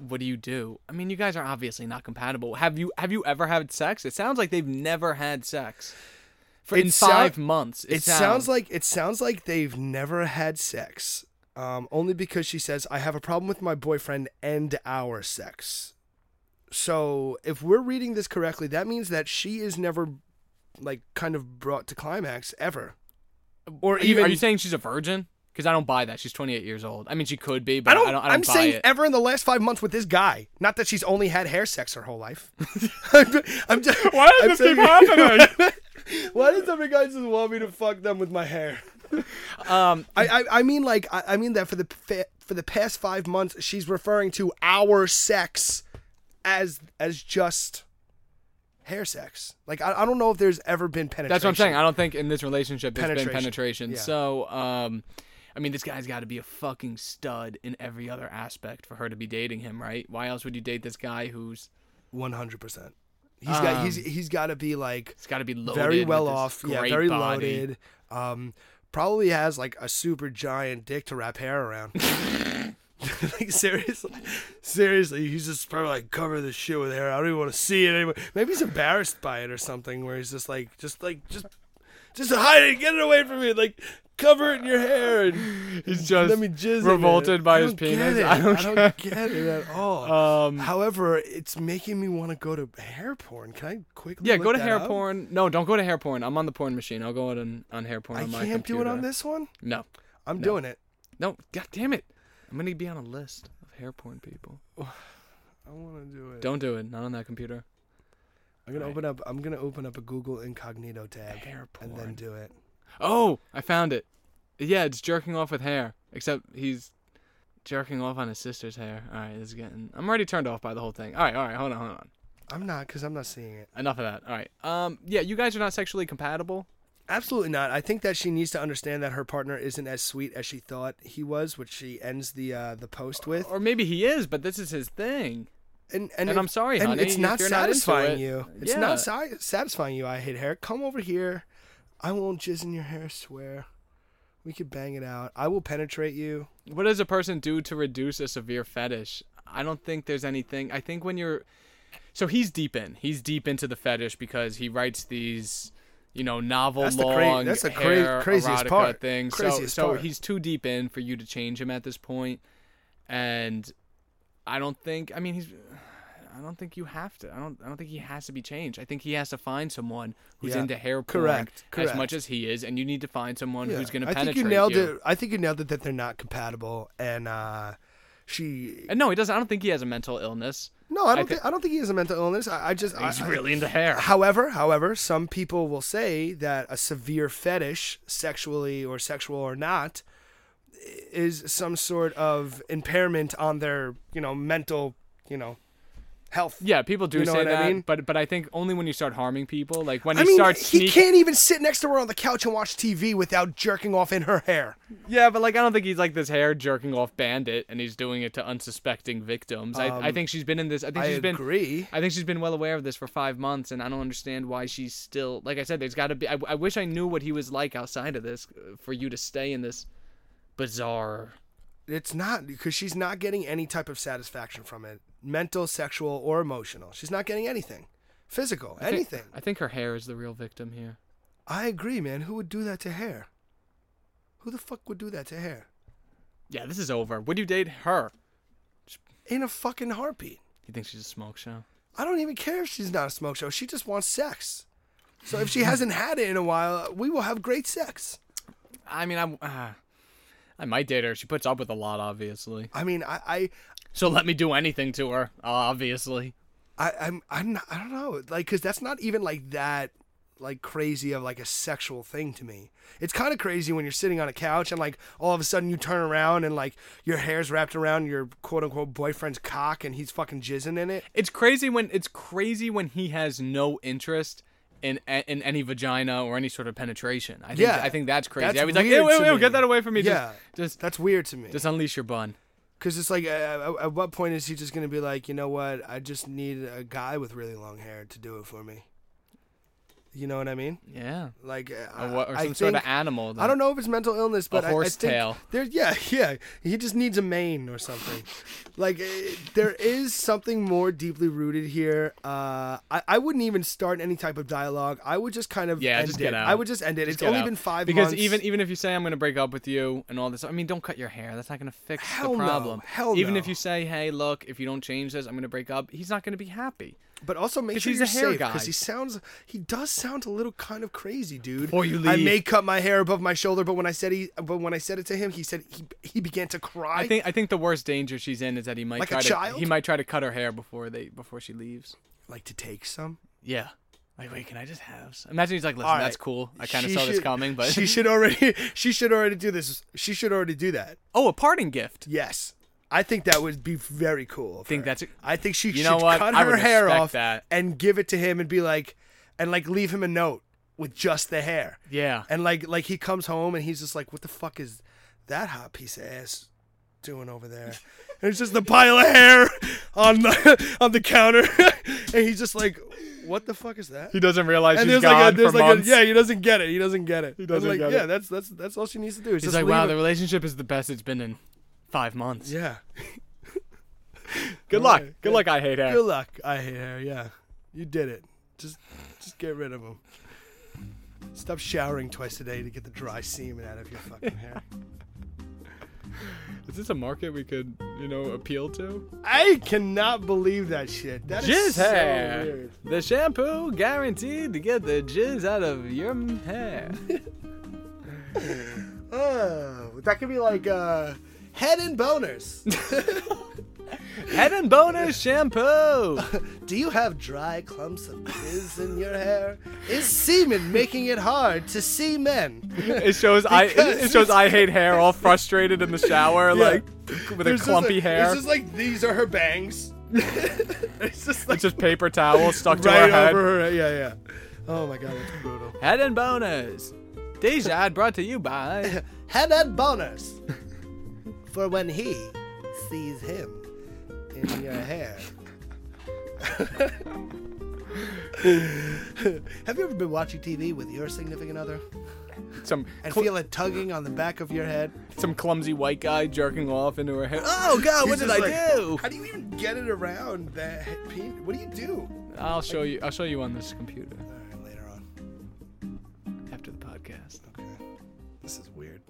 [SPEAKER 4] what do you do? I mean, you guys are obviously not compatible. Have you have you ever had sex? It sounds like they've never had sex for
[SPEAKER 3] It
[SPEAKER 4] in
[SPEAKER 3] sou-
[SPEAKER 4] five months.
[SPEAKER 3] It sounds like it sounds like they've never had sex. Um, only because she says I have a problem with my boyfriend and our sex. So if we're reading this correctly, that means that she is never like kind of brought to climax ever. Or
[SPEAKER 4] Are you,
[SPEAKER 3] even
[SPEAKER 4] are you saying she's a virgin? Because I don't buy that. She's 28 years old. I mean, she could be, but
[SPEAKER 3] I don't,
[SPEAKER 4] I don't,
[SPEAKER 3] am
[SPEAKER 4] buy
[SPEAKER 3] saying
[SPEAKER 4] it.
[SPEAKER 3] ever in the last five months with this guy. Not that she's only had hair sex her whole life. I'm, I'm just,
[SPEAKER 4] Why does
[SPEAKER 3] I'm
[SPEAKER 4] this keep
[SPEAKER 3] saying- Why does every guy just want me to fuck them with my hair?
[SPEAKER 4] um,
[SPEAKER 3] I, I, I mean like I, I mean that for the fa- for the past five months she's referring to our sex as as just hair sex. Like I, I don't know if there's ever been penetration.
[SPEAKER 4] that's what I'm saying. I don't think in this relationship there's been
[SPEAKER 3] Penetration.
[SPEAKER 4] penetration.
[SPEAKER 3] Yeah.
[SPEAKER 4] So, um, I mean, this guy's got to be a fucking stud in every other aspect for her to be dating him, right? Why else would you date this guy who's
[SPEAKER 3] One hundred percent. He's got he's
[SPEAKER 4] Um,
[SPEAKER 3] he's got to be like
[SPEAKER 4] it's got to be loaded,
[SPEAKER 3] very well
[SPEAKER 4] with this
[SPEAKER 3] off. Yeah,
[SPEAKER 4] great
[SPEAKER 3] very
[SPEAKER 4] body.
[SPEAKER 3] loaded. Um, probably has like a super giant dick to wrap hair around. like seriously, seriously, he's just probably like cover this shit with hair. I don't even want to see it anymore. Maybe he's embarrassed by it or something. Where he's just like, just like, just, just hide it, get it away from me, like. Cover it in your hair and
[SPEAKER 4] He's just
[SPEAKER 3] let me jizz in it.
[SPEAKER 4] revolted by
[SPEAKER 3] I
[SPEAKER 4] his
[SPEAKER 3] don't get
[SPEAKER 4] penis.
[SPEAKER 3] it.
[SPEAKER 4] I don't
[SPEAKER 3] get it at all.
[SPEAKER 4] Um,
[SPEAKER 3] However, it's making me want to go to hair porn. Can I quickly?
[SPEAKER 4] yeah,
[SPEAKER 3] look
[SPEAKER 4] go to
[SPEAKER 3] that
[SPEAKER 4] hair
[SPEAKER 3] up?
[SPEAKER 4] porn. No, don't go to hair porn. I'm on the porn machine. I'll go on on hair porn.
[SPEAKER 3] I
[SPEAKER 4] on my
[SPEAKER 3] can't do it on
[SPEAKER 4] computer.
[SPEAKER 3] this one.
[SPEAKER 4] No,
[SPEAKER 3] I'm doing it.
[SPEAKER 4] no. God damn it! I'm gonna be on a list of hair porn people.
[SPEAKER 3] I want to do it.
[SPEAKER 4] Don't do it. Not on that computer.
[SPEAKER 3] I'm gonna
[SPEAKER 4] Right.
[SPEAKER 3] open up. I'm gonna open up a Google Incognito tab
[SPEAKER 4] Hair
[SPEAKER 3] and
[SPEAKER 4] porn.
[SPEAKER 3] then do it.
[SPEAKER 4] Oh, I found it. Yeah, it's jerking off with hair. Except he's jerking off on his sister's hair. All right, this is getting. I'm already turned off by the whole thing. All right, all right. Hold on, hold on.
[SPEAKER 3] I'm not because I'm not seeing it.
[SPEAKER 4] Enough of that. All right. Um. Yeah, you guys are not sexually compatible.
[SPEAKER 3] Absolutely not. I think that she needs to understand that her partner isn't as sweet as she thought he was, which she ends the uh, the post with.
[SPEAKER 4] Or maybe he is, but this is his thing.
[SPEAKER 3] And and,
[SPEAKER 4] and
[SPEAKER 3] if-
[SPEAKER 4] I'm sorry,
[SPEAKER 3] and
[SPEAKER 4] honey,
[SPEAKER 3] it's
[SPEAKER 4] if
[SPEAKER 3] not
[SPEAKER 4] you're not into
[SPEAKER 3] satisfying
[SPEAKER 4] it,
[SPEAKER 3] you. It's
[SPEAKER 4] yeah.
[SPEAKER 3] not si- satisfying you. I hate hair. Come over here. I won't jizz in your hair. Swear. We could bang it out. I will penetrate you.
[SPEAKER 4] what does a person do to reduce a severe fetish? I don't think there's anything. I think when you're so he's deep in. He's deep into the fetish because he writes these, you know, novel
[SPEAKER 3] That's the cra-
[SPEAKER 4] long
[SPEAKER 3] that's the cra-
[SPEAKER 4] hair
[SPEAKER 3] craziest
[SPEAKER 4] erotica
[SPEAKER 3] part.
[SPEAKER 4] things.
[SPEAKER 3] Craziest
[SPEAKER 4] so
[SPEAKER 3] part.
[SPEAKER 4] so he's too deep in for you to change him at this point. And I don't think I mean he's I don't think you have to. I don't I don't think he has to be changed. I think he has to find someone who's
[SPEAKER 3] Yeah.
[SPEAKER 4] into hair porn
[SPEAKER 3] Correct,
[SPEAKER 4] as
[SPEAKER 3] correct.
[SPEAKER 4] much as he is and you need to find someone
[SPEAKER 3] Yeah.
[SPEAKER 4] who's going to
[SPEAKER 3] I
[SPEAKER 4] penetrate
[SPEAKER 3] think you nailed it. I think you nailed it that they're not compatible, and uh, she.
[SPEAKER 4] And no, he doesn't I don't think he has a mental illness.
[SPEAKER 3] No, I don't.
[SPEAKER 4] thi-
[SPEAKER 3] thi- I don't think he has a mental illness. I, I just. I-
[SPEAKER 4] He's
[SPEAKER 3] I-
[SPEAKER 4] really into hair.
[SPEAKER 3] however, however, some people will say that a severe fetish, sexually or sexual or not, is some sort of impairment on their, you know, mental, you know, health.
[SPEAKER 4] Yeah, people do
[SPEAKER 3] You know
[SPEAKER 4] say
[SPEAKER 3] what I
[SPEAKER 4] that,
[SPEAKER 3] mean?
[SPEAKER 4] but but I think only when you start harming people, like when
[SPEAKER 3] I
[SPEAKER 4] he
[SPEAKER 3] mean,
[SPEAKER 4] starts
[SPEAKER 3] he
[SPEAKER 4] sneaking.
[SPEAKER 3] can't even sit next to her on the couch and watch TV without jerking off in her hair.
[SPEAKER 4] Yeah, but like I don't think he's like this hair jerking off bandit, and he's doing it to unsuspecting victims. I, I
[SPEAKER 3] Um,
[SPEAKER 4] think she's been in this. I think
[SPEAKER 3] I
[SPEAKER 4] she's been.
[SPEAKER 3] agree.
[SPEAKER 4] I think she's been well aware of this for five months, and I don't understand why she's still. Like I said, there's got to be. I, I wish I knew what he was like outside of this uh, for you to stay in this bizarre.
[SPEAKER 3] It's not because she's not getting any type of satisfaction from it mental, sexual, or emotional. She's not getting anything physical,
[SPEAKER 4] I think-
[SPEAKER 3] anything.
[SPEAKER 4] I think her hair is the real victim here.
[SPEAKER 3] I agree, man. Who would do that to hair? Who the fuck would do that to hair?
[SPEAKER 4] Yeah, this is over. Would you date her?
[SPEAKER 3] In a fucking heartbeat.
[SPEAKER 4] You think she's a smoke show?
[SPEAKER 3] I don't even care if she's not a smoke show. She just wants sex. So if she hasn't had it in a while, we will have great sex.
[SPEAKER 4] I mean, I. Uh, I might date her. She puts up with a lot, obviously.
[SPEAKER 3] I mean, I, I,
[SPEAKER 4] So let me do anything to her, obviously.
[SPEAKER 3] I I'm, I'm not, I don't know, like, cause that's not even like that, like crazy of like a sexual thing to me. It's kind of crazy when you're sitting on a couch and like all of a sudden you turn around and like your hair's wrapped around your quote unquote boyfriend's cock and he's fucking jizzing in it.
[SPEAKER 4] It's crazy when it's crazy when he has no interest in in any vagina or any sort of penetration. I think,
[SPEAKER 3] Yeah.
[SPEAKER 4] I think that's crazy.
[SPEAKER 3] That's
[SPEAKER 4] I was like,
[SPEAKER 3] weird
[SPEAKER 4] ew, ew,
[SPEAKER 3] to
[SPEAKER 4] ew,
[SPEAKER 3] me."
[SPEAKER 4] get that away from me.
[SPEAKER 3] Yeah.
[SPEAKER 4] Just, just
[SPEAKER 3] That's weird to me.
[SPEAKER 4] just unleash your bun.
[SPEAKER 3] Because it's like, uh, at, at what point is he just going to be like, you know what? I just need a guy with really long hair to do it for me. You know what I mean?
[SPEAKER 4] Yeah.
[SPEAKER 3] Like
[SPEAKER 4] Or,
[SPEAKER 3] uh,
[SPEAKER 4] what, or
[SPEAKER 3] I
[SPEAKER 4] some sort of
[SPEAKER 3] think-
[SPEAKER 4] animal.
[SPEAKER 3] I don't know if it's mental illness, but I-
[SPEAKER 4] horse
[SPEAKER 3] I, think
[SPEAKER 4] tail.
[SPEAKER 3] There, yeah, yeah. He just needs a mane or something. like uh, there is something more deeply rooted here. Uh, I, I wouldn't even start any type of dialogue. I would just kind of
[SPEAKER 4] Yeah,
[SPEAKER 3] end
[SPEAKER 4] just
[SPEAKER 3] it.
[SPEAKER 4] get out.
[SPEAKER 3] I would just end it.
[SPEAKER 4] Just
[SPEAKER 3] it's
[SPEAKER 4] get
[SPEAKER 3] only
[SPEAKER 4] out.
[SPEAKER 3] been five
[SPEAKER 4] because
[SPEAKER 3] months.
[SPEAKER 4] even even if you say I'm going to break up with you and all this, I mean, don't cut your hair. That's not going to fix
[SPEAKER 3] Hell
[SPEAKER 4] the
[SPEAKER 3] no.
[SPEAKER 4] problem.
[SPEAKER 3] Hell
[SPEAKER 4] even
[SPEAKER 3] no.
[SPEAKER 4] if you say, hey, look, if you don't change this, I'm going to break up. He's not going to be happy.
[SPEAKER 3] but also make
[SPEAKER 4] 'cause
[SPEAKER 3] sure
[SPEAKER 4] he's
[SPEAKER 3] you're
[SPEAKER 4] a hair
[SPEAKER 3] safe
[SPEAKER 4] guy.
[SPEAKER 3] because he sounds he does sound a little kind of crazy, dude.
[SPEAKER 4] Before you
[SPEAKER 3] I
[SPEAKER 4] leave.
[SPEAKER 3] may cut my hair above my shoulder, but when I said he, but when I said it to him, he said he he began to cry.
[SPEAKER 4] I think I think the worst danger she's in is that he might
[SPEAKER 3] Like a
[SPEAKER 4] try to
[SPEAKER 3] child?
[SPEAKER 4] he might try to cut her hair before they before she leaves.
[SPEAKER 3] like to take some.
[SPEAKER 4] Yeah. Like, wait, can I just have? Some? Imagine he's like, listen,
[SPEAKER 3] All right.
[SPEAKER 4] that's cool. I kind of
[SPEAKER 3] She
[SPEAKER 4] saw this
[SPEAKER 3] should-
[SPEAKER 4] coming, but
[SPEAKER 3] she should already she should already do this. She should already do that.
[SPEAKER 4] oh, a parting gift.
[SPEAKER 3] Yes. I think that would be very cool. of
[SPEAKER 4] Think
[SPEAKER 3] her.
[SPEAKER 4] that's a-
[SPEAKER 3] I think she
[SPEAKER 4] You
[SPEAKER 3] should
[SPEAKER 4] know what?
[SPEAKER 3] cut
[SPEAKER 4] I
[SPEAKER 3] her
[SPEAKER 4] would
[SPEAKER 3] hair
[SPEAKER 4] respect
[SPEAKER 3] off
[SPEAKER 4] that.
[SPEAKER 3] and give it to him and be like and like leave him a note with just the hair.
[SPEAKER 4] Yeah.
[SPEAKER 3] And like like he comes home and he's just like, What the fuck is that hot piece of ass doing over there? And it's just the pile of hair on the on the counter. and he's just like, What the fuck is that?
[SPEAKER 4] He doesn't realize
[SPEAKER 3] and
[SPEAKER 4] she's
[SPEAKER 3] there's like,
[SPEAKER 4] gone
[SPEAKER 3] a, there's
[SPEAKER 4] for
[SPEAKER 3] like a,
[SPEAKER 4] months.
[SPEAKER 3] yeah, he doesn't get it. He doesn't get it. He
[SPEAKER 4] doesn't
[SPEAKER 3] like,
[SPEAKER 4] get
[SPEAKER 3] yeah,
[SPEAKER 4] it.
[SPEAKER 3] that's that's that's all she needs to do. Is
[SPEAKER 4] He's
[SPEAKER 3] just
[SPEAKER 4] like, wow,
[SPEAKER 3] leave
[SPEAKER 4] the
[SPEAKER 3] it.
[SPEAKER 4] relationship is the best it's been in five months.
[SPEAKER 3] yeah.
[SPEAKER 4] Good
[SPEAKER 3] All
[SPEAKER 4] luck.
[SPEAKER 3] right.
[SPEAKER 4] Good luck. I hate hair.
[SPEAKER 3] Good luck. I hate her. Yeah, you did it. Just just get rid of him. Stop showering twice a day to get the dry semen out of your fucking hair.
[SPEAKER 4] Is this a market we could, you know, appeal to?
[SPEAKER 3] I cannot believe that shit. That is
[SPEAKER 4] Jizz
[SPEAKER 3] so
[SPEAKER 4] hair.
[SPEAKER 3] weird.
[SPEAKER 4] The shampoo guaranteed to get the jizz out of your m- hair.
[SPEAKER 3] Oh, that could be like uh, head and boners.
[SPEAKER 4] Head and bonus shampoo.
[SPEAKER 3] Do you have dry clumps of jizz in your hair? Is semen making it hard to see men?
[SPEAKER 4] It shows I.
[SPEAKER 3] Because-
[SPEAKER 4] It shows I hate hair. All frustrated in the shower,
[SPEAKER 3] Yeah.
[SPEAKER 4] like with a
[SPEAKER 3] There's just
[SPEAKER 4] clumpy
[SPEAKER 3] like-
[SPEAKER 4] hair.
[SPEAKER 3] It's just like these are her bangs. it's just like
[SPEAKER 4] It's just paper towel stuck to
[SPEAKER 3] right
[SPEAKER 4] her head.
[SPEAKER 3] over her. Yeah, yeah. Oh my god, that's brutal.
[SPEAKER 4] Head and bonus. Dejad brought to you by.
[SPEAKER 3] Head and bonus for when he sees him in your hair. Have you ever been watching TV with your significant other
[SPEAKER 4] Some
[SPEAKER 3] and
[SPEAKER 4] cl-
[SPEAKER 3] feel it tugging on the back of your head?
[SPEAKER 4] some clumsy white guy jerking off into her hair.
[SPEAKER 3] Oh God,
[SPEAKER 4] what did I do?
[SPEAKER 3] How do you even get it around that? Pe- what do you do?
[SPEAKER 4] I'll show you. I'll show you on this computer
[SPEAKER 3] All right, later on.
[SPEAKER 4] after the podcast.
[SPEAKER 3] Okay, this is weird.